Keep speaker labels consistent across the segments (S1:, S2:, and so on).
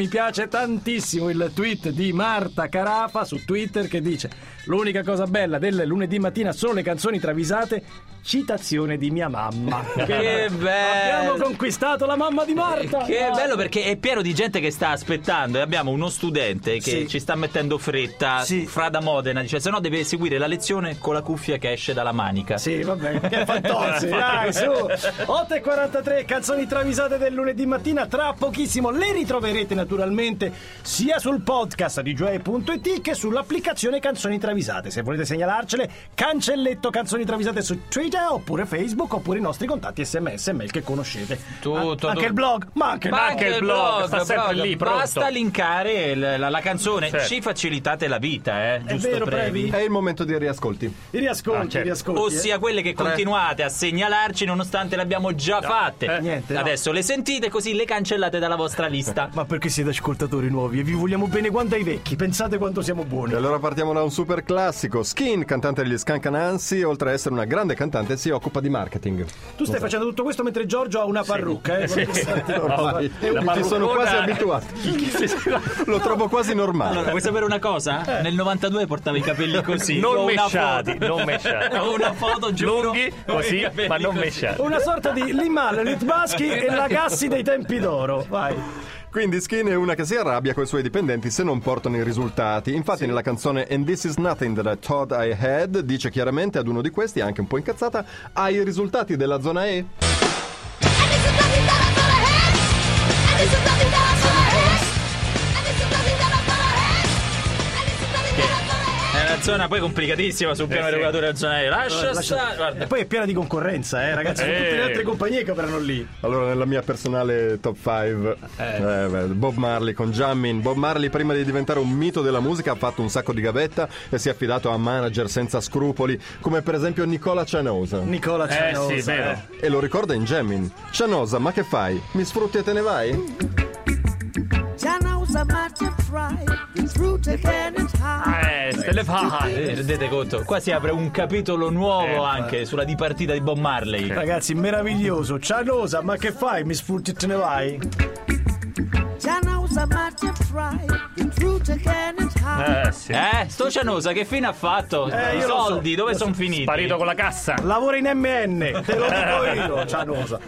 S1: Mi piace tantissimo il tweet di Marta Carafa su Twitter che dice L'unica cosa bella del lunedì mattina sono le canzoni travisate, citazione di mia mamma.
S2: Che bello!
S1: Abbiamo conquistato la mamma di Marta!
S2: Che bello perché è pieno di gente che sta aspettando e abbiamo uno studente che
S3: Sì.
S2: ci sta mettendo fretta
S3: Sì.
S2: fra da Modena, dice se no deve seguire la lezione con la cuffia che esce dalla manica.
S1: Sì, vabbè, che fantozzi, dai, su! 8.43, canzoni travisate del lunedì mattina, tra pochissimo le ritroverete naturalmente sia sul podcast di Gioia.it che sull'applicazione Canzoni Travisate. Se volete segnalarcele, cancelletto Canzoni Travisate su Twitter oppure Facebook oppure i nostri contatti SMS e mail che conoscete.
S2: Tutto,
S1: anche
S2: tu-
S1: il blog, ma anche,
S2: Ma
S1: anche
S2: anche il blog,
S4: sta sempre lì, pronto.
S2: basta linkare l- la, la canzone,
S4: Certo.
S2: ci facilitate la vita, eh, giusto
S1: vero, Previ?
S2: Previ?
S5: È il momento dei riascolti.
S1: i riascolti,
S4: Ah, certo.
S1: i riascolti. eh.
S2: Ossia quelle che continuate a segnalarci nonostante le abbiamo già fatte.
S4: Eh,
S1: niente, no.
S2: Adesso le sentite così le cancellate dalla vostra lista.
S1: Ma perché siete ascoltatori nuovi e vi vogliamo bene quanto ai vecchi? Pensate quanto siamo buoni.
S5: E allora partiamo da un super classico. Skin, cantante degli Scancanansi, oltre ad essere una grande cantante, si occupa di marketing.
S1: Tu stai facendo tutto questo mentre Giorgio ha una parrucca, eh?
S5: Ormai ci sono quasi abituato. Lo trovo quasi
S2: Allora,
S5: normale.
S2: vuoi sapere una cosa? Nel 92 portava i capelli così.
S4: Non
S2: Ho una
S4: mesciati,
S2: foto-
S4: non mesciati.
S2: Ho una foto, giuro.
S4: Lunghi
S2: con i
S4: così,
S2: capelli
S4: ma non
S2: così.
S4: mesciati.
S1: Una sorta di Limal, Litbaschi e Lagassi dei tempi d'oro. Vai.
S5: Quindi Skin è una che si arrabbia con i suoi dipendenti se non portano i risultati. Infatti nella canzone And This Is Nothing That I Thought I Had dice chiaramente ad uno di questi, anche un po' incazzata, hai i risultati della zona E?
S2: È una zona poi complicatissima sul piano
S4: Eh sì.
S2: regolatore regionale. Lascia stare.
S1: E
S2: Guarda.
S1: poi è piena di concorrenza, eh, ragazzi. Sono tutte le
S4: Eh.
S1: altre compagnie che operano lì.
S5: Allora, nella mia personale top 5,
S4: Eh.
S5: Bob Marley con Jammin. Bob Marley, prima di diventare un mito della musica, ha fatto un sacco di gavetta e si è affidato a manager senza scrupoli, come per esempio Nicola Cianosa.
S1: Nicola
S4: Eh
S1: Cianosa.
S4: sì, vero.
S5: e lo ricorda in Jammin. Cianosa, ma che fai? Mi sfrutti e te ne vai?
S6: Channels are my tip fry. It's rooted and it's high.
S4: Eh, stelle fa.
S2: Eh, Rendete conto, qua si apre un capitolo
S4: Eh,
S2: nuovo anche sulla dipartita di Bob Marley.
S1: Ragazzi, meraviglioso. Cianosa, ma che fai? Mi sfrutti e te ne vai?
S6: Channels are my tip fry. It's rooted and it's high.
S4: Eh, sì.
S2: Eh, sto Cianosa che fine ha fatto?
S1: Eh,
S2: I
S1: io lo
S2: soldi dove sono finiti?
S4: Sparito con la cassa.
S1: Lavora in MN, te lo dico io, Cianosa.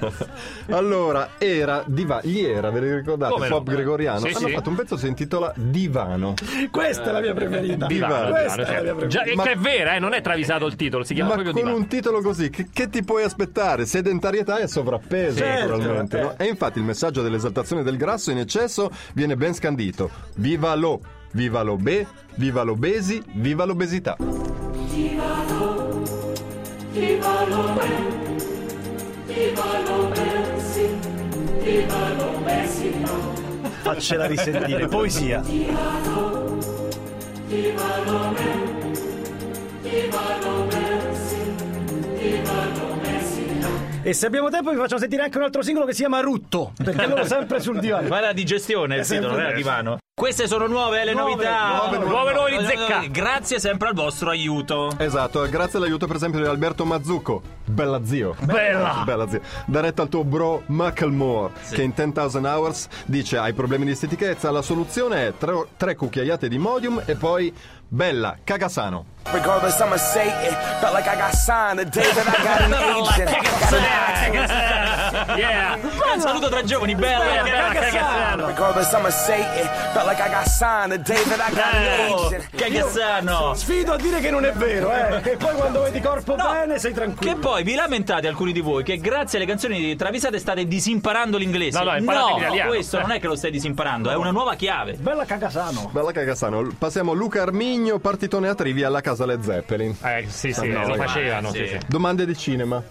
S5: Allora, era Diva, gli era, ve li ricordate?
S4: Come no?
S5: Pop Gregoriano.
S4: Sì,
S5: Hanno
S4: sì.
S5: fatto un pezzo che si intitola Divano.
S1: Questa è la mia preferita.
S5: Divano,
S1: Questa è la mia
S4: Certo.
S1: preferita.
S4: Già, e
S5: Ma-
S4: che è vera, eh, non è travisato il titolo, si chiama
S5: Ma
S4: proprio
S5: con
S4: Divano.
S5: un titolo così, che, che ti puoi aspettare? Sedentarietà e sovrappeso,
S1: Certo,
S5: naturalmente.
S1: eh.
S5: no? E infatti il messaggio dell'esaltazione del grasso in eccesso viene ben scandito. Viva lo, viva l'obe, viva l'obesi, viva l'obesità.
S1: Faccela risentire. Poesia. E se abbiamo tempo vi facciamo sentire anche un altro singolo che si chiama Rutto, perché loro sempre sul divano.
S2: Ma era digestione
S4: Eh,
S2: il sito, non era divano. Queste sono nuove le
S1: Nuove,
S2: novità.
S1: nuove,
S4: nuove. Nuove, zecca.
S2: Grazie sempre al vostro aiuto.
S5: Esatto, grazie all'aiuto per esempio di Alberto Mazzucco, bella zio.
S4: Bella.
S5: Bella zia. Da retta al tuo bro Macklemore, che in 10.000 Hours dice hai problemi di stitichezza, la soluzione è tre, tre cucchiaiate di Modium e poi bella, cagasano.
S7: Regardless, I'm a Satan. Felt like I got signed the day that I got
S4: Eh,
S7: engaged. in. Got an attitude.
S4: Yeah.
S2: Un saluto tra giovani, bella.
S4: Bella cagazzano.
S7: Regardless, I'm a Satan. Felt like I got signed the day that I got engaged. in.
S2: Cagassano.
S1: Sfido a dire che non è vero, eh. E poi quando vedi corpo bene sei tranquillo.
S2: Che poi vi lamentate alcuni di voi che grazie alle canzoni di travisate state disimparando l'inglese.
S4: No, no, imparate l'italiano.
S2: questo non è che lo stai disimparando, è una nuova chiave.
S1: Bella cagasano.
S5: Bella cagasano. L- Passiamo Luca Armigno, partitone a trivia alla casa Le Zeppelin.
S4: Eh, sì, sì,
S5: no,
S4: lo
S5: vai.
S4: facevano. Sì,
S2: Sì.
S4: sì.
S5: Domande di cinema.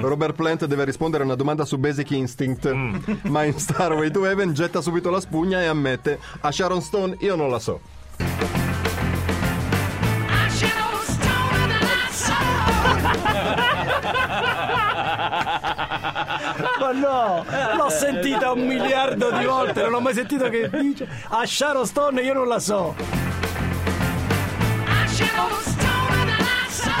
S5: Robert Plant deve rispondere a una domanda su Basic Instinct,
S4: Mm.
S5: ma in Starway to Heaven getta subito la spugna e ammette a Sharon Stone io non la so.
S1: Ma no, l'ho sentita un miliardo di volte, non ho mai sentito che dice a Sharon Stone io non la so.
S8: I should have stolen and I saw.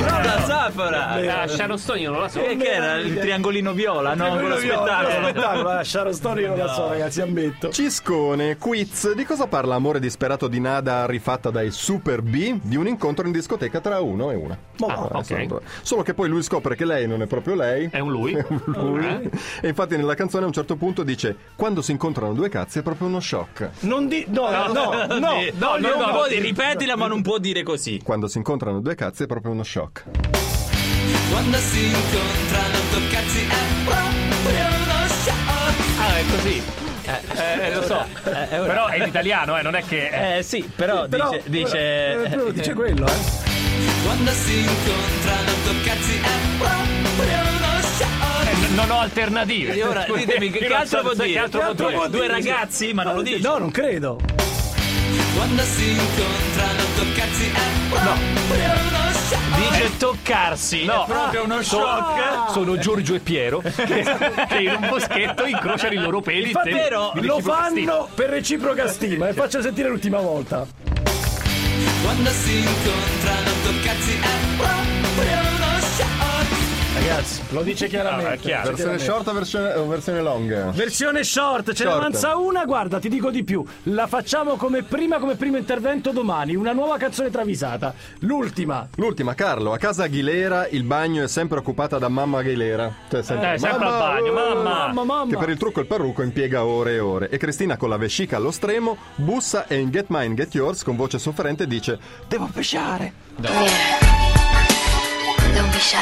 S2: No, la zappera!
S4: Ah, Sharon Stone io non la so.
S2: Eh, che era il triangolino viola, no? Quello
S1: Lo
S2: spettacolo.
S1: spettacolo, lasciare storia non la so, ragazzi, ammetto.
S5: Ciscone, quiz. Di cosa parla Amore disperato di Nada rifatta dai Super B? Di un incontro in discoteca tra uno e una.
S4: Ah,
S5: Eh,
S4: ok.
S5: solo- Solo che poi lui scopre che lei non è proprio lei.
S4: È un lui.
S5: Lui.
S4: Eh?
S5: E infatti nella canzone a un certo punto dice quando si incontrano due cazzi è proprio uno shock.
S1: Non di... No, no, no, no.
S2: Eh, no, non può dire- ripetila, ma non può dire così.
S5: Quando si incontrano due cazzi è proprio uno shock.
S3: Quando si incontrano due cazzi è proprio uno shock
S4: Ah, è così. Eh, eh, lo so. Però è in italiano, eh, non è che. eh.
S2: Eh sì, però,
S1: Però-
S2: dice... dice...
S1: eh, però dice quello, eh.
S3: Quando si incontrano due cazzi è proprio uno shock
S4: Eh, non ho alternative.
S2: E ora ditemi che,
S4: Io
S2: che
S4: non
S2: altro
S4: so
S2: può
S4: se
S2: dire?
S4: Che altro può dire?
S2: Due ragazzi, ma non lo dice.
S1: No, non credo.
S3: Quando si incontrano due cazzi è proprio uno shock
S2: Dice toccarsi.
S4: No.
S2: È proprio uno shock.
S4: Sono Giorgio e Piero che, che in un boschetto incrociano i loro peli.
S1: Infatti,
S4: te-
S2: però
S4: di
S1: lo
S4: reciproca stima.
S1: fanno per reciproca stima e faccio sentire l'ultima volta.
S3: Quando si incontrano due cazzi è proprio uno shock
S1: Ragazzi, lo dice chiaramente.
S4: Ah, è chiaro.
S1: Lo dice
S5: Versione
S1: chiaramente.
S5: short o versione, o versione long?
S1: Versione short, ce ne
S5: Short.
S1: avanza una, guarda, ti dico di più. La facciamo come prima, come primo intervento domani. Una nuova canzone travisata. L'ultima.
S5: L'ultima, Carlo, a casa Aguilera il bagno è sempre occupata da mamma Aguilera. Cioè, sempre,
S4: Eh, sempre al bagno, mamma.
S1: Mamma,
S5: Che
S1: mamma.
S5: per il trucco e il parrucco impiega ore e ore. E Cristina con la vescica allo stremo bussa e in Get Mine, Get Yours con voce sofferente dice Devo pesciare.
S8: Don't be shy.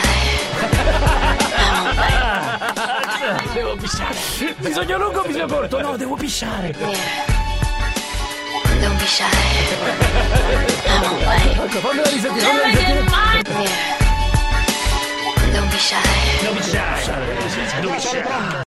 S1: Bisogna lungo, bisogna corto. No, devo pisciare.
S8: Don't be shy. I'm away.
S1: Ecco, fammela risentire, fammela risentire.
S8: Don't be shy.
S4: Dove sei? Dove sei?